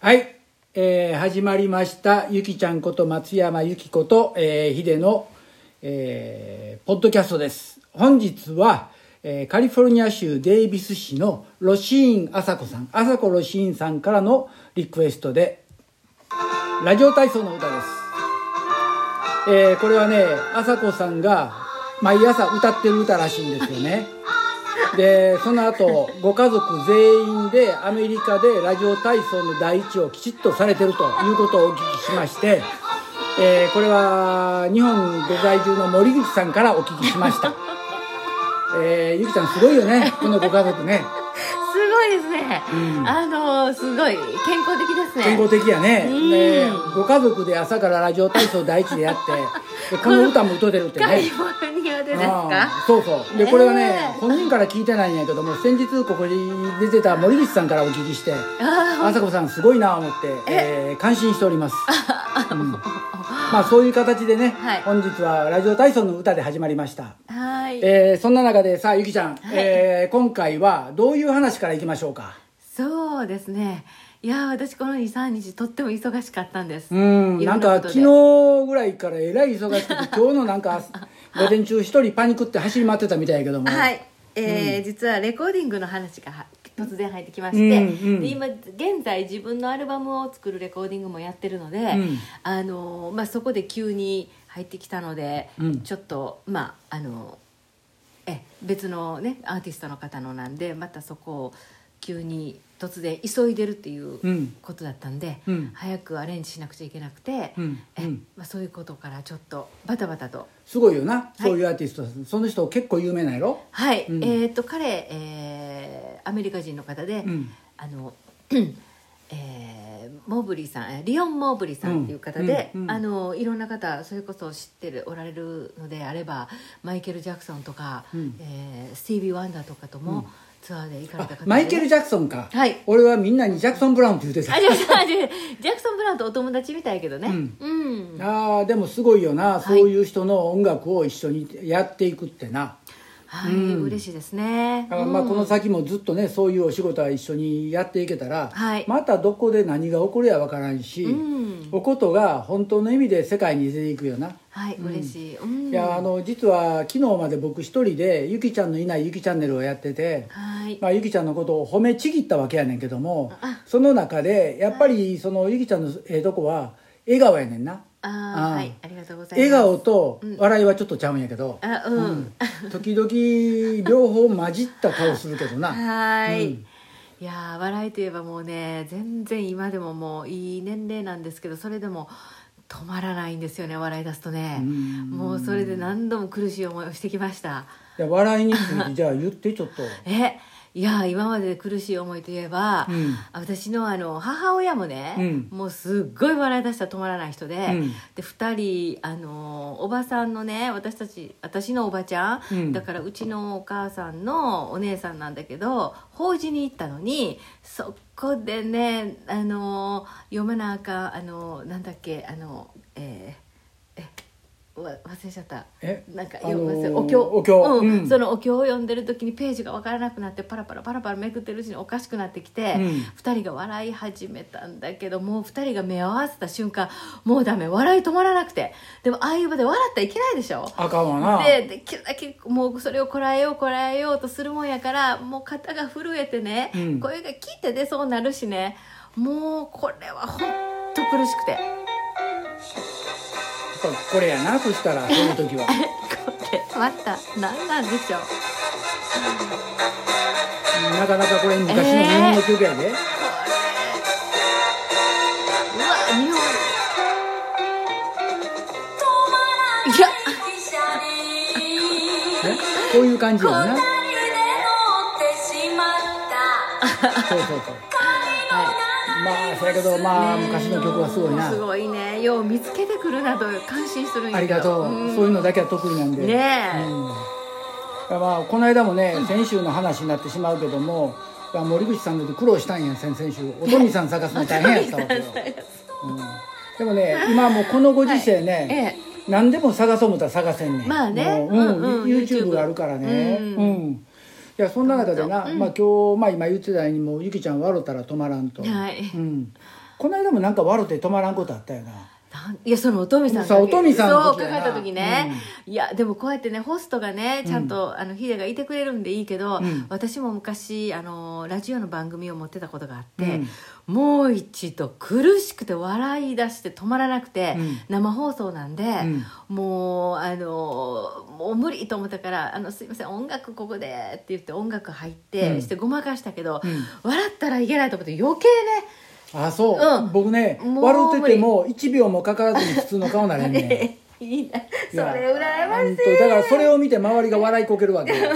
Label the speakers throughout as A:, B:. A: はい、えー始まりましたゆきちゃんこと松山ゆきこと、えー、ヒデの、えーポッドキャストです本日は、えーカリフォルニア州デイビス市のロシーン朝子さん朝子ロシーンさんからのリクエストでラジオ体操の歌ですえーこれはね朝子さんが毎朝歌ってる歌らしいんですよねでその後ご家族全員でアメリカでラジオ体操の第一をきちっとされてるということをお聞きしまして、えーこれは日本ご在住の森口さんからお聞きしました、えーゆきちゃんすごいよねこのご家族ね
B: すごいですね、
A: うん
B: あのすごい健康的ですね
A: 健康的やね
B: うん
A: でご家族で朝からラジオ体操第一でやってでこの歌も歌うてるって
B: カリ
A: ね
B: フォルニアでですか
A: あーそうそうでこれはね、
B: ねえ
A: 本人から聞いてないんやけども先日ここに出てた森口さんからお聞きして
B: あ
A: 朝子さんすごいなと思って、えー感心してお ります、うんまあそういう形でね、
B: はい
A: 本日はラジオ体操の歌で始まりました、
B: ーはい、
A: えーそんな中でさあゆきちゃん、えー今回はどういう話からいきましょうか
B: そうですねいやー私この23日とっても忙しかったんです
A: うんなんか昨
B: 日
A: 日ぐらいからえらい忙 しくて今日のなんか午前中一人パニックって走り回ってたみたいやけども
B: はいえー実はレコーディングの話がは突然入ってきまして、
A: うんうん
B: で今現在自分のアルバムを作るレコーディングもやってるので、
A: ん
B: あのーまあ、そこで急に入ってきたので、
A: うん
B: ちょっとまああのーえ別のねアーティストの方のなんでまたそこを急に突然急いでるっていう
A: うん
B: ことだったんで、
A: うん
B: 早くアレンジしなくちゃいけなくて、
A: うん
B: え
A: うん
B: まあ、そういうことからちょっとバタバタと
A: すごいよなそういうアーティスト、その人結構有名なんやろ
B: はい、
A: うん
B: えーっと彼、えーアメリカ人の方で、
A: うん
B: あの、 えーモーブリーさんえーリオン・モーブリーさんっていう方で、
A: うんうんうん
B: あのいろんな方それこそ知ってるおられるのであればマイケル・ジャクソンとか、
A: うん
B: えースティービー・ワンダーとかともツアーで行かれ
A: あ
B: た方で、
A: マイケル・
B: ジャ
A: ジャクソンか、
B: はい
A: 俺はみんなにジャクソン・ブラウンって言うてた
B: あジャクソンあジャジャクソン・ブラウンとお友達みたいやけどね
A: うん
B: うん
A: あーでもすごいよな、そういう人の音楽を一緒にやっていくってな
B: はい、嬉しいですね
A: だからまあ
B: うん
A: この先もずっとねそういうお仕事は一緒にやっていけたら、
B: はい
A: またどこで何が起こるやわからんし、
B: うん
A: おことが本当の意味で世界に出ていくよな、
B: はい嬉しい、うん
A: いやあの実は昨日まで僕一人でゆきちゃんのいないゆきチャンネルをやってて、
B: はい
A: まあ、ゆきちゃんのことを褒めちぎったわけやねんけども
B: あ
A: その中でやっぱりそのゆきちゃんのええとこは笑顔やねんなあ
B: あ
A: ー
B: ーはいありがとうございま
A: 笑
B: す
A: 顔と笑いはちょっとちゃうんやけど、
B: あうん、
A: うん時々両方混じった顔するけ どな
B: はーい、
A: うん
B: いやー笑いといえばもうね全然今でももういい年齢なんですけどそれでも止まらないんですよね笑い出すとね
A: うん
B: もうそれで何度も苦しい思いをしてきました
A: いや笑いについてじゃあ言ってちょっと
B: えいやー今まで苦しい思いといえば、
A: うん
B: 私のあの母親もね、
A: うん
B: もうすっごい笑い出したら止まらない人で、
A: うん
B: で2人あのーおばさんのね私たち私のおばちゃ
A: う
B: ん、
A: ん
B: だからうちのお母さんのお姉さんなんだけど法事に行ったのにそこでねあのー読めなあかんあのーなんだっけあのーえーえわ忘れちゃった
A: え
B: なんか
A: あの
B: 読
A: ー
B: ませ、お経
A: お経
B: うん
A: うん
B: そのお経を読んでる時にページが分からなくなってパラパラパラパラめくってるうちにおかしくなってきて、
A: う
B: 二
A: ん
B: 2人が笑い始めたんだけどもう2人が目を合わせた瞬間もうダメ笑い止まらなくてでもああいう場で笑ったらいけないでしょ
A: あかんわな
B: でできるだけもうそれをこらえようこらえようとするもんやからもう肩が震えてね、
A: うん
B: 声が切って出そうなるしねもうこれはほんと苦しくて。
A: やっぱこれやなそしたらそういう時は
B: これまた何なんでしょう
A: なかなかこれ昔の日本の曲やで、
B: うわ日本いや
A: ねこういう感じやなそうそうそうまあそやけどまあ昔の曲はすごいな
B: すごいねよう見つけてくるなと感心するんや
A: あり
B: けど
A: がとう、
B: ん
A: そういうのだけは得意なんで
B: ねえ
A: うんまあ、この間もね先週の話になってしまうけども、まあ森口さんの時苦労したんや先々週おとみさん探すの大変やったわけよ、うんでもね今もうこのご時世ね、
B: はいえ
A: 何でも探そう思ったら探せんねん
B: まあね
A: もううん
B: うんうん
A: YouTube があるからねう
B: YouTube
A: ん、いやそんな中でな、
B: うん
A: まあ、今日、まあ、今言ってたようにもうゆきちゃん笑ったら止まらんと、
B: はい
A: うん、この間もなんか笑って止まらんことあったよな
B: なんいやそのおとみさん
A: そうおとみさんの
B: そう
A: 時
B: か
A: や
B: か
A: な
B: った時ね、いやでもこうやってねホストがねちゃんと、あのヒデがいてくれるんでいいけど、
A: うん
B: 私も昔あのラジオの番組を持ってたことがあって、
A: うん
B: もう一度苦しくて笑い出して止まらなくて、
A: うん
B: 生放送なんで、
A: ん
B: もうあのもう無理と思ったから「あのすいません音楽ここで」って言って音楽入って、
A: うん
B: してごまかしたけど、
A: うん
B: 笑ったらいけないと思って余計ね
A: あそう、
B: うん
A: 僕ね
B: もう
A: 笑ってても1秒もかからずに普通の顔なれんね ん
B: いいなそ
A: いや
B: れ羨まし
A: 本
B: い
A: 当だからそれを見て周りが笑いこける わけよ、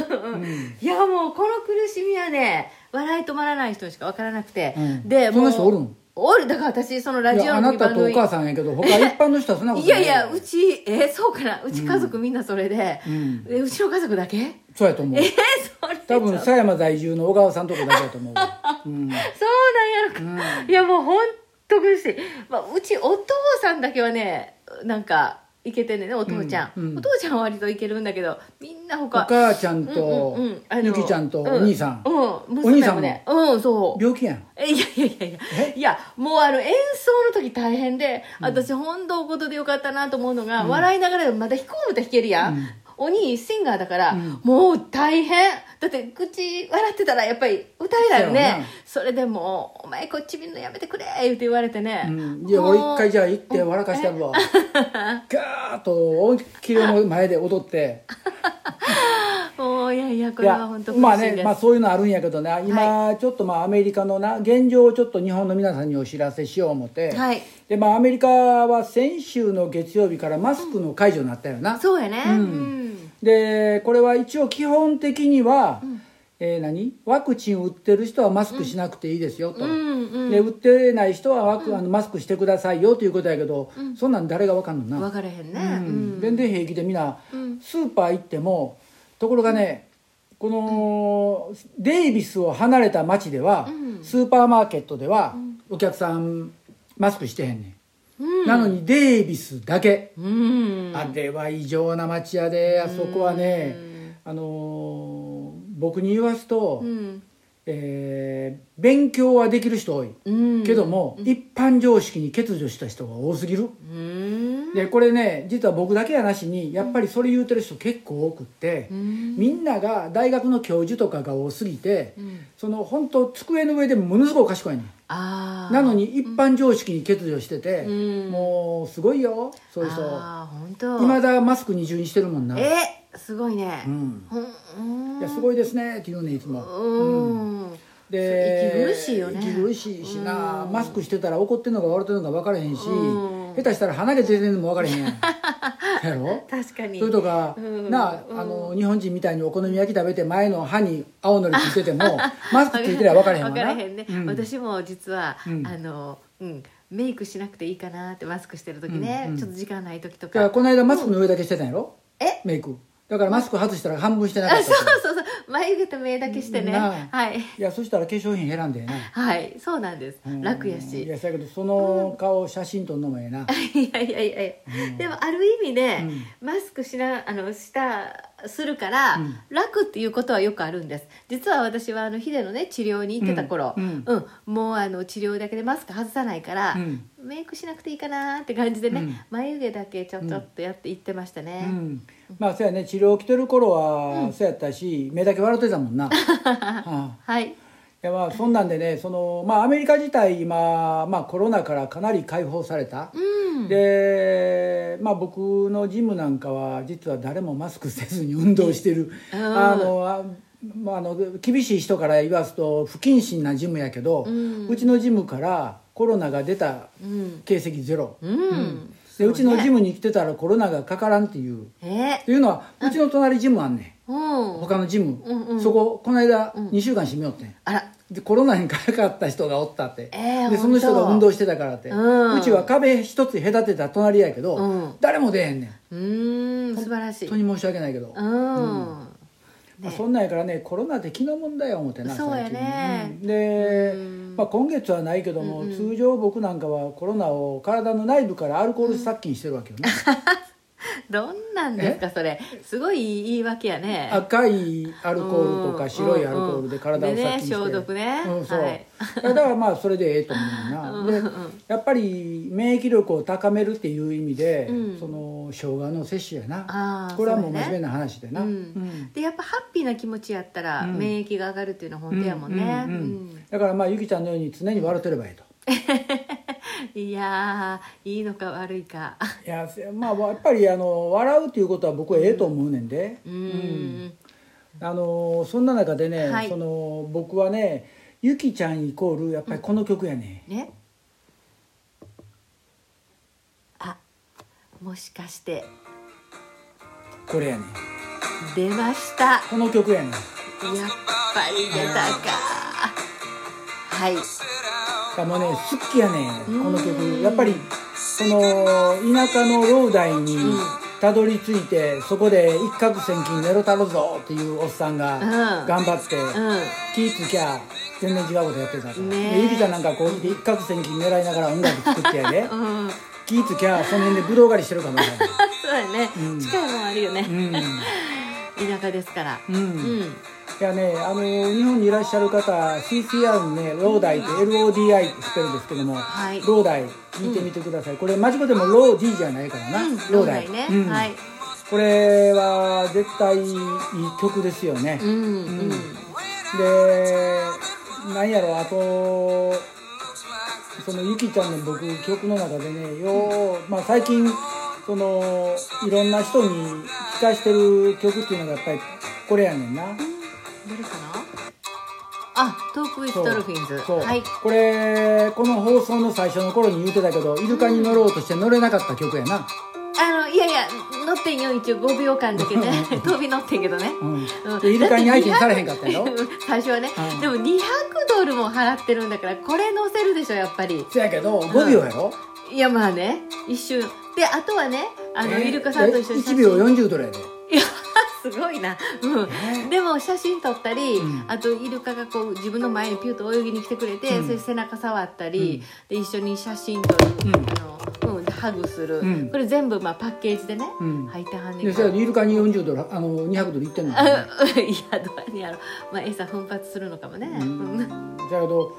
B: いやもうこの苦しみはね笑い止まらない人にしか分からなくて、
A: うん
B: で
A: そんな
B: もう
A: 人おるん
B: おるだから私そのラ
A: い
B: ジ
A: や
B: オ
A: あ
B: の
A: な
B: 時
A: た
B: 番
A: とお
B: 組
A: 母さんやけ ど他一般の人はそんなこと
B: い
A: な
B: や
A: い
B: いやうちえーそうかなうち家族みんなそれで、
A: うん
B: えうちの家族だけ え
A: そうやと思う
B: ー、それ
A: 多分狭山在住の小川さんとこだけやと思うわ、うん
B: そうなんやろか、いやもう本当苦しい、まあ、うちお父さんだけはねなんかいけてんねんねお父ちゃん、
A: うんうん
B: お父ちゃんは割といけるんだけどみんな
A: お
B: 他
A: 母ちゃん
B: うん
A: と
B: うんうんあの
A: ゆきちゃんとお兄さん、
B: うん、うん、
A: お兄
B: 娘
A: さん
B: も
A: も
B: ねうんそう
A: 病気やん
B: えいやいやいやいやいやもうあの演奏の時大変で私本当おことでよかったなと思うのが、笑いながらでもまた弾こうもた弾けるやん、お兄シンガーだから、もう大変だって口笑ってたらやっぱり歌えないよ
A: そうや
B: ね
A: な
B: それでもう「お前こっち見るのやめてくれ」って言われてね、
A: うん、いや
B: もう
A: 俺一回じゃあ行って笑かしてやる わガーッと大きいの前で踊って
B: もういやいやこ
A: い
B: れ
A: や
B: は本当
A: まあ
B: 苦し
A: ね
B: いです、
A: まあそういうのあるんやけどね今ちょっとまあアメリカのな現状をちょっと日本の皆さんにお知らせしよう思って、
B: はい
A: でまあアメリカは先週の月曜日からマスクの解除になったよな、
B: そうやねうん、
A: でこれは一応基本的には、えー何ワクチン打ってる人はマスクしなくていいですよと、
B: うんうん
A: で打ってない人はワク、あのマスクしてくださいよということやけど、そんなん誰がわかんのな
B: 分からへんね、
A: う
B: うん
A: ん全然平気でみんな、スーパー行ってもところがねこのデイビスを離れた町では、
B: うん
A: スーパーマーケットでは、お客さんマスクしてへんねん、
B: う
A: なのにデイビスだけ、
B: うん
A: あれは異常な町やであそこはね、あのー僕に言わすと、
B: うん
A: えー勉強はできる人多い、
B: うん
A: けども、一般常識に欠如した人が多すぎる、
B: うん
A: でこれね実は僕だけやなしにやっぱりそれ言うてる人結構多くって、
B: うん
A: みんなが大学の教授とかが多すぎて、
B: うん
A: その本当机の上でものすごく賢いねん
B: ああ
A: なのに一般常識に欠如してて、
B: うん
A: もうすごいよそういう人
B: ああ本当
A: いまだマスク二重にしてるもんな、
B: えすごいね
A: うん、
B: ほんうん
A: いやすごいですねって言うねんいつも、
B: うん
A: で
B: 息苦しいよね
A: 息苦しいしな、
B: うん
A: マスクしてたら怒ってんのか笑ってんのか分からへんし、
B: うん
A: 下手したら鼻毛出てんのも分からへんや んやろ
B: 確かに
A: それとか、
B: うん
A: なあ,、あの日本人みたいにお好み焼き食べて前の歯に青のりついてて もマスクついてりゃ分からへんわ
B: わか
A: な
B: らへんね
A: うん
B: 私も実はあ
A: うん
B: のうんメイクしなくていいかなってマスクしてる時ね
A: うんうん
B: ちょっと時間ない時と
A: だから
B: か
A: この間マスクの上だけしてたんやろ、
B: え
A: メイクだからマスク外したら半分してなか
B: あ
A: った
B: そう
A: と
B: そうそう眉毛と目だけしてね
A: なあ
B: は
A: い
B: い
A: やそしたら化粧品選んでえな
B: はいそうなんです
A: うん
B: 楽や
A: い
B: し
A: やそやけどその顔写真撮んのもええ な、
B: いやいやいやいや、でもある意味ね、マスクしなあのしたするから、
A: うん
B: 楽っていうことはよくあるんです実は私はあのヒデのね治療に行ってた頃、
A: う
B: うんんもうあの治療だけでマスク外さないから、
A: うん
B: メイクしなくていいかなって感じで
A: う
B: ね、
A: ん
B: 眉毛だけちょちょっとやって行ってました
A: う
B: ね、
A: ん、まあそうやね治療来てる頃は、そうやったし目だけ笑ってたも んな、うん
B: はい
A: いやまあそんなんでねその、まあ、アメリカ自体今、まあ、コロナからかなり解放された、
B: うん
A: で、まあ、僕のジムなんかは実は誰もマスクせずに運動してる、
B: うん
A: あのあまあ、あの厳しい人から言わすと不謹慎なジムやけど、う
B: うん
A: ちのジムからコロナが出た
B: うん
A: 形跡ゼロ、
B: うん、
A: でうちのジム
B: ム
A: に来てたらコロナがかからんっていう
B: え
A: というのはうちの隣ジムあんねん
B: うん
A: 他のジム、
B: うんうん
A: そここの間
B: うん
A: 2週間閉めよってん
B: あら
A: でコロナにかかった人がおったって、
B: えー
A: でその人
B: 本
A: が
B: 当
A: 運動してたからって、
B: うん
A: ちは壁一つ隔てた隣やけど、
B: うん
A: 誰も出えへんねん
B: うーん素晴らしい
A: 本当に申し訳ないけど、
B: う
A: ま
B: ん、
A: あ、そんなんやからねコロナって気の問題や思ってな
B: そうやね
A: 最近うんで、
B: うん
A: まあ、今月はないけども、通常僕なんかはコロナを体の内部からアルコール殺菌してるわけよね、
B: どんなんですかそれすごい言い訳やね
A: 赤いアルコールとか白いアルコールで体を
B: うんうんうん
A: 殺菌して、
B: でね消毒ね
A: うんそう
B: はい
A: だからまあそれでええと思うな、
B: うんう
A: でやっぱり免疫力を高めるっていう意味で、
B: うん
A: その生姜の摂取やな
B: ああ
A: これはもう
B: そね
A: 真面目な話でな、
B: うん
A: うん
B: でやっぱハッピーな気持ちやったら
A: うん
B: 免疫が上がるっていうのは本当やもんね、
A: うんうんうんだからまあゆきちゃんのように常に笑ってればいいと
B: うんいやーいいのか悪いか
A: いやせまあやっぱりあの笑うっていうことは僕はええと思うねんで、
B: う
A: うん
B: ん
A: あのそんな中でね、
B: はい
A: その僕はねゆきちゃんイコールやっぱりこの曲やね、
B: ねあもしかして
A: これやね
B: 出ましたやっ
A: この曲やね
B: ぱり出たかはい
A: あもうね好きやね
B: うん
A: この曲やっぱりその田舎の老大に
B: うん
A: たどり着いて、そこで一攫千金寝ろたろぞっていうおっさんが
B: うん
A: 頑張って、
B: う
A: 気ぃつきゃ全然違うことやってたと、
B: ねえ
A: でゆきちゃんなんかこう見て一攫千金狙いながら音楽作ってやで、
B: んうん
A: 気ぃつきゃその辺でブドウ狩りしてるかもしれない
B: そうやね、
A: うん
B: 近いもんあるよね、田舎ですから
A: うん、
B: う、
A: うんんいやね、あの日本にいらっしゃる方 CCR のね「ローダイ」って LODI って知ってるんですけども、
B: はい
A: ローダイ聞いてみてください、これマジコでもローディじゃないからな、
B: うん
A: ロー
B: 老
A: ダイ
B: 害ね、
A: うん
B: はい
A: これは絶対いい曲ですよね、
B: うんうん、
A: でなんやろあとそのゆきちゃんの僕曲の中でねよう、まあ、最近そのいろんな人に聴かしてる曲っていうのがやっぱりこれやねんな、
B: どれかなあトークウィズ
A: そう
B: ドルフィンズ
A: そう
B: はい
A: これこの放送の最初の頃に言ってたけどイルカに乗ろうとして乗れなかった曲やな、
B: あのいやいや乗ってんよ一応5秒間だけね 飛び乗ってんけどね
A: うん
B: うん
A: でイルカに相手にされへんかったやろ
B: だって200最初はね、
A: うん
B: でも200ドルも払ってるんだからこれ乗せるでしょやっぱり
A: せやけど5秒やろ、
B: いやまあね一瞬であとはねあの、
A: え
B: イルカさんと一緒に写
A: 1
B: 真
A: 秒40ドルやで、
B: いやすごいな、うんでも写真撮ったり、
A: うん
B: あとイルカがこう自分の前にピュッと泳ぎに来てくれて、
A: うん
B: それ背中触ったり、で一緒に写真撮る、
A: うん
B: あのうん、でハグする、
A: うん
B: これ全部まあパッケージでね、
A: うん
B: 入ってはんね
A: で
B: ん
A: せ
B: け
A: や
B: ど
A: けどイルカに40ドルあの200ドルいってんのか
B: あい
A: な
B: やどうやろまあ餌奮発するのかもね、
A: うん
B: う
A: せ
B: ん
A: やけど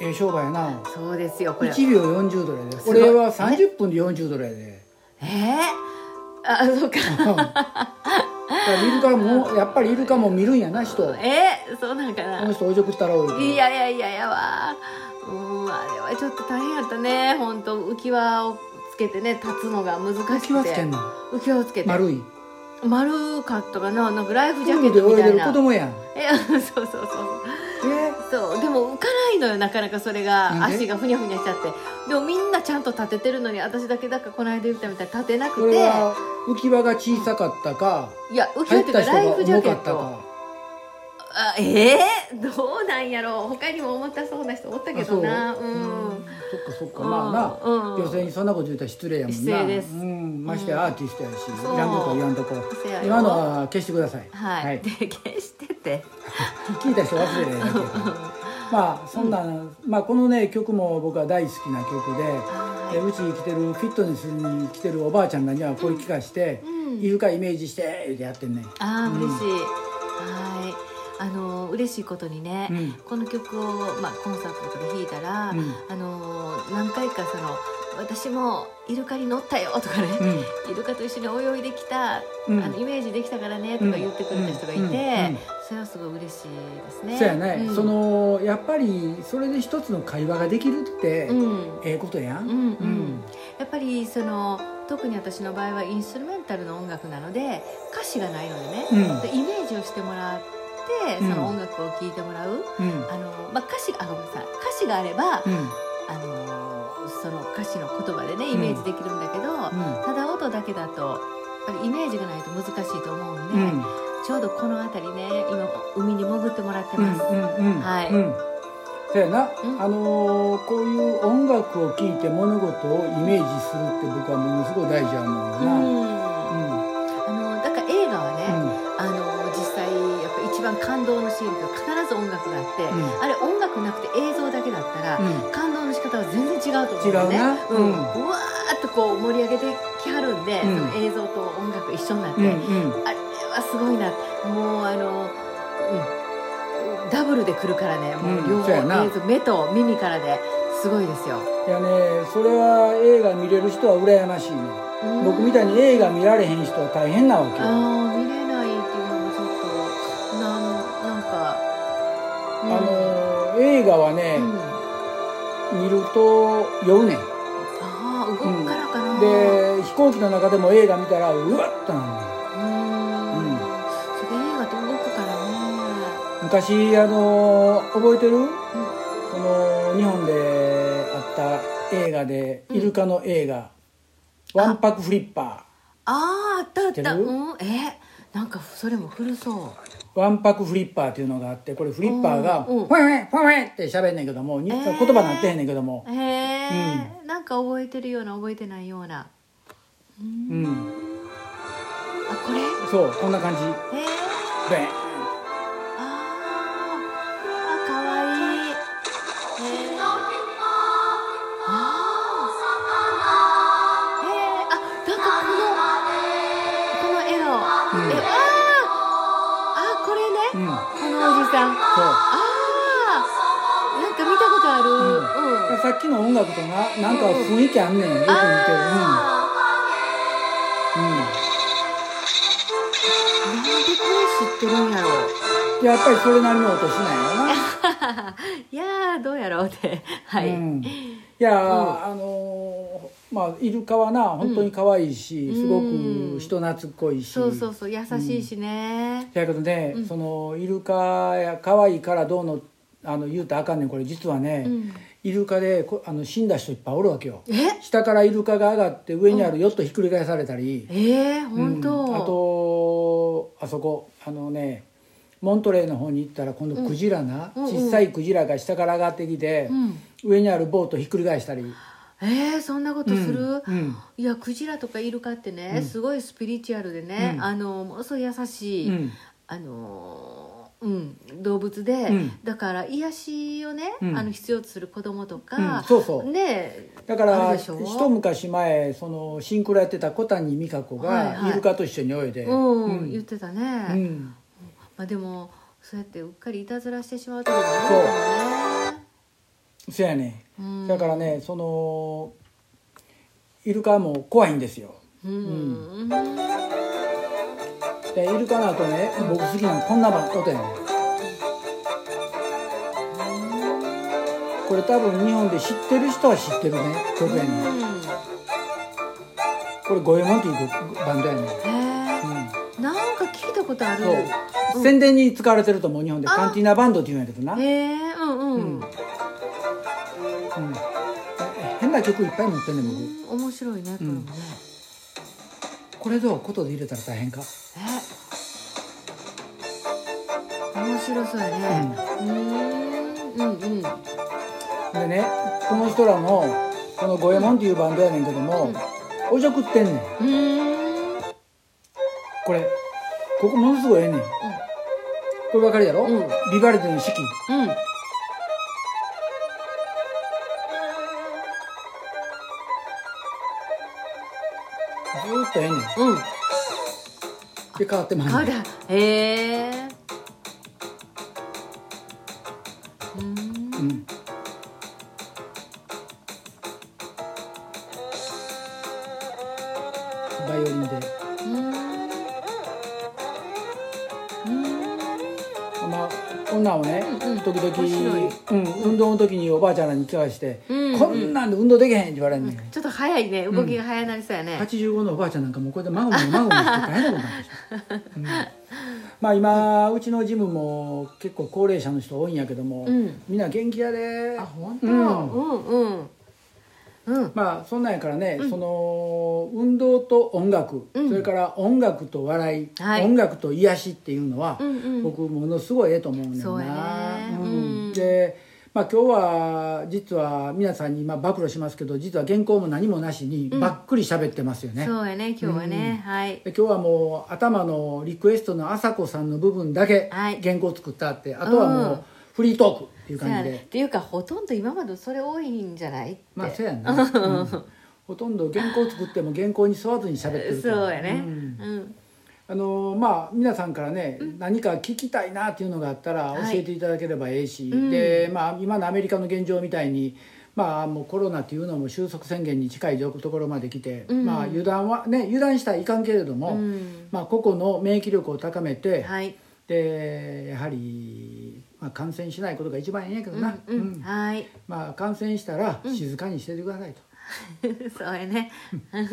A: ええ商売やな
B: そうですよこれは
A: 1秒40ドルやです
B: ごい
A: 俺は30分で40ドルやで
B: えー、あそ うか
A: うんだからイルカもやっぱりイルカも見るんやな人こ
B: えー、そうなんかな
A: の人おじょくったらおる
B: いやいやいややわうんあれはちょっと大変やったね本当浮き輪をつけてね立つのが難しくて
A: 浮き輪つけんの
B: 浮き輪をつけて
A: 丸い
B: 丸かったかななんかライフジャケ
A: 海
B: ッ
A: で
B: ト
A: 泳い
B: みた
A: で
B: い
A: る
B: な
A: 子供やん
B: え そうそうそう
A: え
B: そうでも浮かないのよなかなかそれが
A: なんで
B: 足がふにゃふにゃしちゃってでもみんなちゃんと立ててるのに私だけだからこの間言ったみたいに立てな
A: こ
B: くて
A: れは浮き輪が小さかったか
B: いや浮き
A: 入
B: 輪っ
A: ってた
B: いうか
A: 人が
B: ライフジ
A: 重
B: ャケ
A: か
B: ッ
A: った
B: ト
A: か
B: あえー、 どうなんやろう他にも重たそうな人おったけ
A: あそ
B: ど
A: う
B: なう
A: うん
B: ん
A: そっかそっかまあ
B: うん
A: な女性にそんなこと言うたら失礼やもん
B: 失
A: な
B: 礼です
A: うんましてやアーティストやしい
B: そう
A: らんことは言わんとこ
B: せやよ
A: 今のは消してください
B: はい、で消してて
A: 聞いた人忘れへんやけど まあそんなまあこのね曲も僕は大好きな曲ででうちに来てるフィットネスに来てるおばあちゃんがにはこういう機会して
B: うん
A: イルカイメージしてってやってんね
B: ああ
A: うん
B: 嬉しい、はいあの嬉しいことにね、
A: うん
B: この曲を、まあ、コンサートとかで弾いたら、
A: うん
B: あの何回かその私もイルカに乗ったよとかね、
A: うん
B: イルカと一緒に泳いできた、
A: うん
B: あのイメージできたからねとか言ってくれた人がいて、
A: うんうんうん
B: それはすごい嬉しいですね。
A: そうやね、
B: ん
A: そ、のやっぱりそれで一つの会話ができるって、
B: うん、
A: ええことやん、
B: うんう
A: うんん、
B: やっぱりその特に私の場合はインストゥルメンタルの音楽なので歌詞がないのでね、
A: うん
B: でイメージをしてもらって
A: うん
B: その音楽を聴いてもらう、
A: うん
B: あのまあ、歌詞あごめんなさい歌詞があれば、
A: うんうん
B: あのその歌詞の言葉でねイメージできるんだけど、ただ音だけだとやっぱりイメージがないと難しいと思うんで、
A: うん
B: ちょうどこの辺りね今海に潜ってもらって
A: うん
B: ます。
A: うんうん
B: はい
A: うんそうやな、
B: うん
A: あのーこういう音楽を聴いて物事をイメージするって僕はものすごい大事やも
B: うんんあ
A: な
B: のだから映画はね、
A: うん
B: あの実際やっぱ一番感動のシーンって必ず音楽があって、
A: ん
B: あれ音楽なくて映像だけだったら、
A: うん
B: 感動の仕方は全然違うと思う
A: 違う
B: ね
A: な
B: うん
A: うん
B: うわーッとこう盛り上げてきはるんで、
A: うん
B: その映像と音楽一緒になって、
A: うんう
B: あ
A: ん
B: れはすごいなもうあの、うん、ダブルで来るからねも
A: うん
B: う両
A: そうやな
B: 方映像目と耳からですごいですよ。
A: いやねそれは映画見れる人は羨ましいね
B: うん
A: 僕みたいに映画見られへん人は大変なわけよ
B: ああ見れないっていうのもちょっとなんなんか、
A: あ
B: うん
A: のー映画はね、
B: うん、
A: 見ると酔うねん
B: ああ動くからかな、
A: で飛行機の中でも映画見たらうわっとなるねん
B: うー
A: うん
B: んそれ映画と動くからね
A: 昔あの覚えてる、その日本であった映画で、
B: うん
A: イルカの映画「わんぱくフリッパ
B: あああったあっ
A: 知って
B: た
A: る
B: うんえなんかそれも古そ
A: ー」わんぱくフリッパーっていうのがあってこれフリッパーが「
B: うんう
A: フ
B: ん
A: ァンファンファン」って喋んねんけども、に
B: え
A: 言
B: ー
A: 葉なってへんねんけども
B: う、へえ、なんか覚えてるような覚えてないようなう
A: うんん、
B: あこれ
A: そうこんな感じ
B: えー、
A: ベン
B: あーあかわいいえー、あーえー、あなんかこのこの絵の、
A: うん
B: えあーあーこれ
A: う
B: ね、
A: んそう
B: このおじさんああなんか見たことあるうん、
A: さっきの音楽とななんか雰囲気あんねんよく似てる
B: あ
A: うん、うん
B: ーなんでこれ知ってるんやろ
A: やっぱりそれなりの音しないよな
B: いやーどうやろうってはい、
A: うん、いやー、あのーまあイルカはな本当に可愛いし、
B: うん
A: すごく人懐っこいし、
B: そうそうそう優しいしね、
A: だけどね、そのイルカや可愛いからどうのあの言うたらあかんねんこれ実はね、
B: うん
A: イルカでこあの死んだ人いっぱいおるわけよ
B: え
A: 下からイルカが上がって上にあるヨットひっくり返されたり、
B: えー、
A: う
B: 本
A: ん
B: 当、
A: あとあそこあのねモントレーの方に行ったら今度クジラな、
B: うんうんうん
A: 小さいクジラが下から上がってきて、
B: うん
A: 上にあるボートひっくり返したり、
B: えー、そんなことする、
A: うんうん
B: いやクジラとかイルカってね、
A: うん
B: すごいスピリチュアルでね、
A: うん
B: あのものすごい優しい、
A: うん
B: あのーうん、動物で、
A: うん
B: だから癒しをね、
A: うん
B: あの必要とする子供とか、
A: うんそうそう
B: ね
A: だか
B: あ
A: ら
B: るでしょ
A: 一昔前そのシンクロやってた小谷美香子
B: はいは
A: が
B: い
A: イルカと一緒に泳いで、
B: うん、
A: うん
B: 言ってたね、
A: うん
B: まあ、でもそうやってうっかりいたずらしてしまう時もあるか
A: そやね、
B: らね、うん、
A: だからねそのイルカも怖いんですよ
B: うん、うん
A: でイルカの後ね僕好きなのこんな音やねこれ多分日本で知ってる人は知ってるね曲やねこれ「五右衛門」っていうバンドやね、
B: えーなんか聞いたことある
A: そう宣伝に使われてると思う日本で
B: あ
A: カンティナバンドっていうんやけどな、
B: えー、うんうん、
A: うんうん変な曲いっぱい持ってんねん僕、
B: 面白いねこれもね、
A: これどうことで入れたら大変か
B: え面白そうやねうーんうんうん
A: でねこの人らのこの五右衛門っていうバンドやねんけども、おちょくってんねん
B: うーん
A: これここものすごいええねんこれわかるやろ、
B: うん
A: ビバルディの式
B: うん
A: ずーっとええねん
B: うん
A: で変わってま
B: 顔
A: んねん
B: だへえうーん
A: うんバイオリンでまあこんなんをね、
B: うんうん
A: 時
B: 面
A: 々、うん、運動の時におばあちゃんらに聞かして、
B: うんうん
A: こんなんで運動できへんって言われんねん、
B: ちょっと早いね動きが早なりそうやね
A: 85のおばあちゃんなんかもうこれで孫も孫もして大変なことになってしまう、うんまあ今うちのジムも結構高齢者の人多いんやけども、
B: うん
A: みんな元気やで
B: あ本当う
A: うん
B: んうんうん
A: まあそんなんやからね、その運動と音楽、
B: うん
A: それから音楽と笑い、
B: はい
A: 音楽と癒しっていうのは、
B: うんうん
A: 僕ものすごいええと思うねんな
B: そうやね
A: う
B: うん
A: ん、で、まあ、今日は実は皆さんにまあ暴露しますけど実は原稿も何もなしにばっくり喋ってますよね、
B: そうやね今日はねはい
A: で今日はもう頭のリクエストの朝子さんの部分だけ
B: はい
A: 原稿作ったって、あとはも
B: うん
A: うフリートークっていう
B: そうや
A: 感じ
B: ね
A: で、
B: っていうかほとんど今までそれ多いんじゃないって
A: まあそうやんな、うんほとんど原稿作っても原稿に沿わずに喋ってると
B: そうやね、
A: ん
B: うん
A: あのまあ皆さんからね、何か聞きたいなっていうのがあったら
B: はい
A: 教えていただければええし、
B: うん
A: でまあ今のアメリカの現状みたいにまあもうコロナっていうのも収束宣言に近いところまで来て、
B: うん
A: まあ油断はね油断したらいかんけれども、
B: うん
A: まあ個々の免疫力を高めて、
B: はい、
A: でやはり、まあ、感染しないことが一番ええんやけど
B: うん
A: な、
B: うん
A: うん
B: はい
A: まあ感染したら静かにしててくださいと、
B: そう やねうん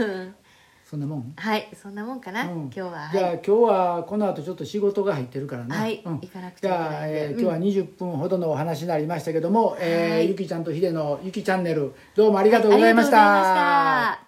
A: そんなもん。
B: はいそんなもんかな、
A: うん
B: 今日はは
A: じゃあ今日はこの後ちょっと仕事が入ってるからね、
B: はい
A: うん
B: 行かなくち
A: じ
B: ゃいけないんで
A: ゃあ、えー
B: う
A: 今
B: ん
A: 日は20分ほどのお話になりましたけども、
B: は
A: えー
B: い
A: ゆきちゃんとひでのゆきチャンネルどうもありがとうご
B: あり
A: ざ
B: がと
A: いうまし。
B: ございましたた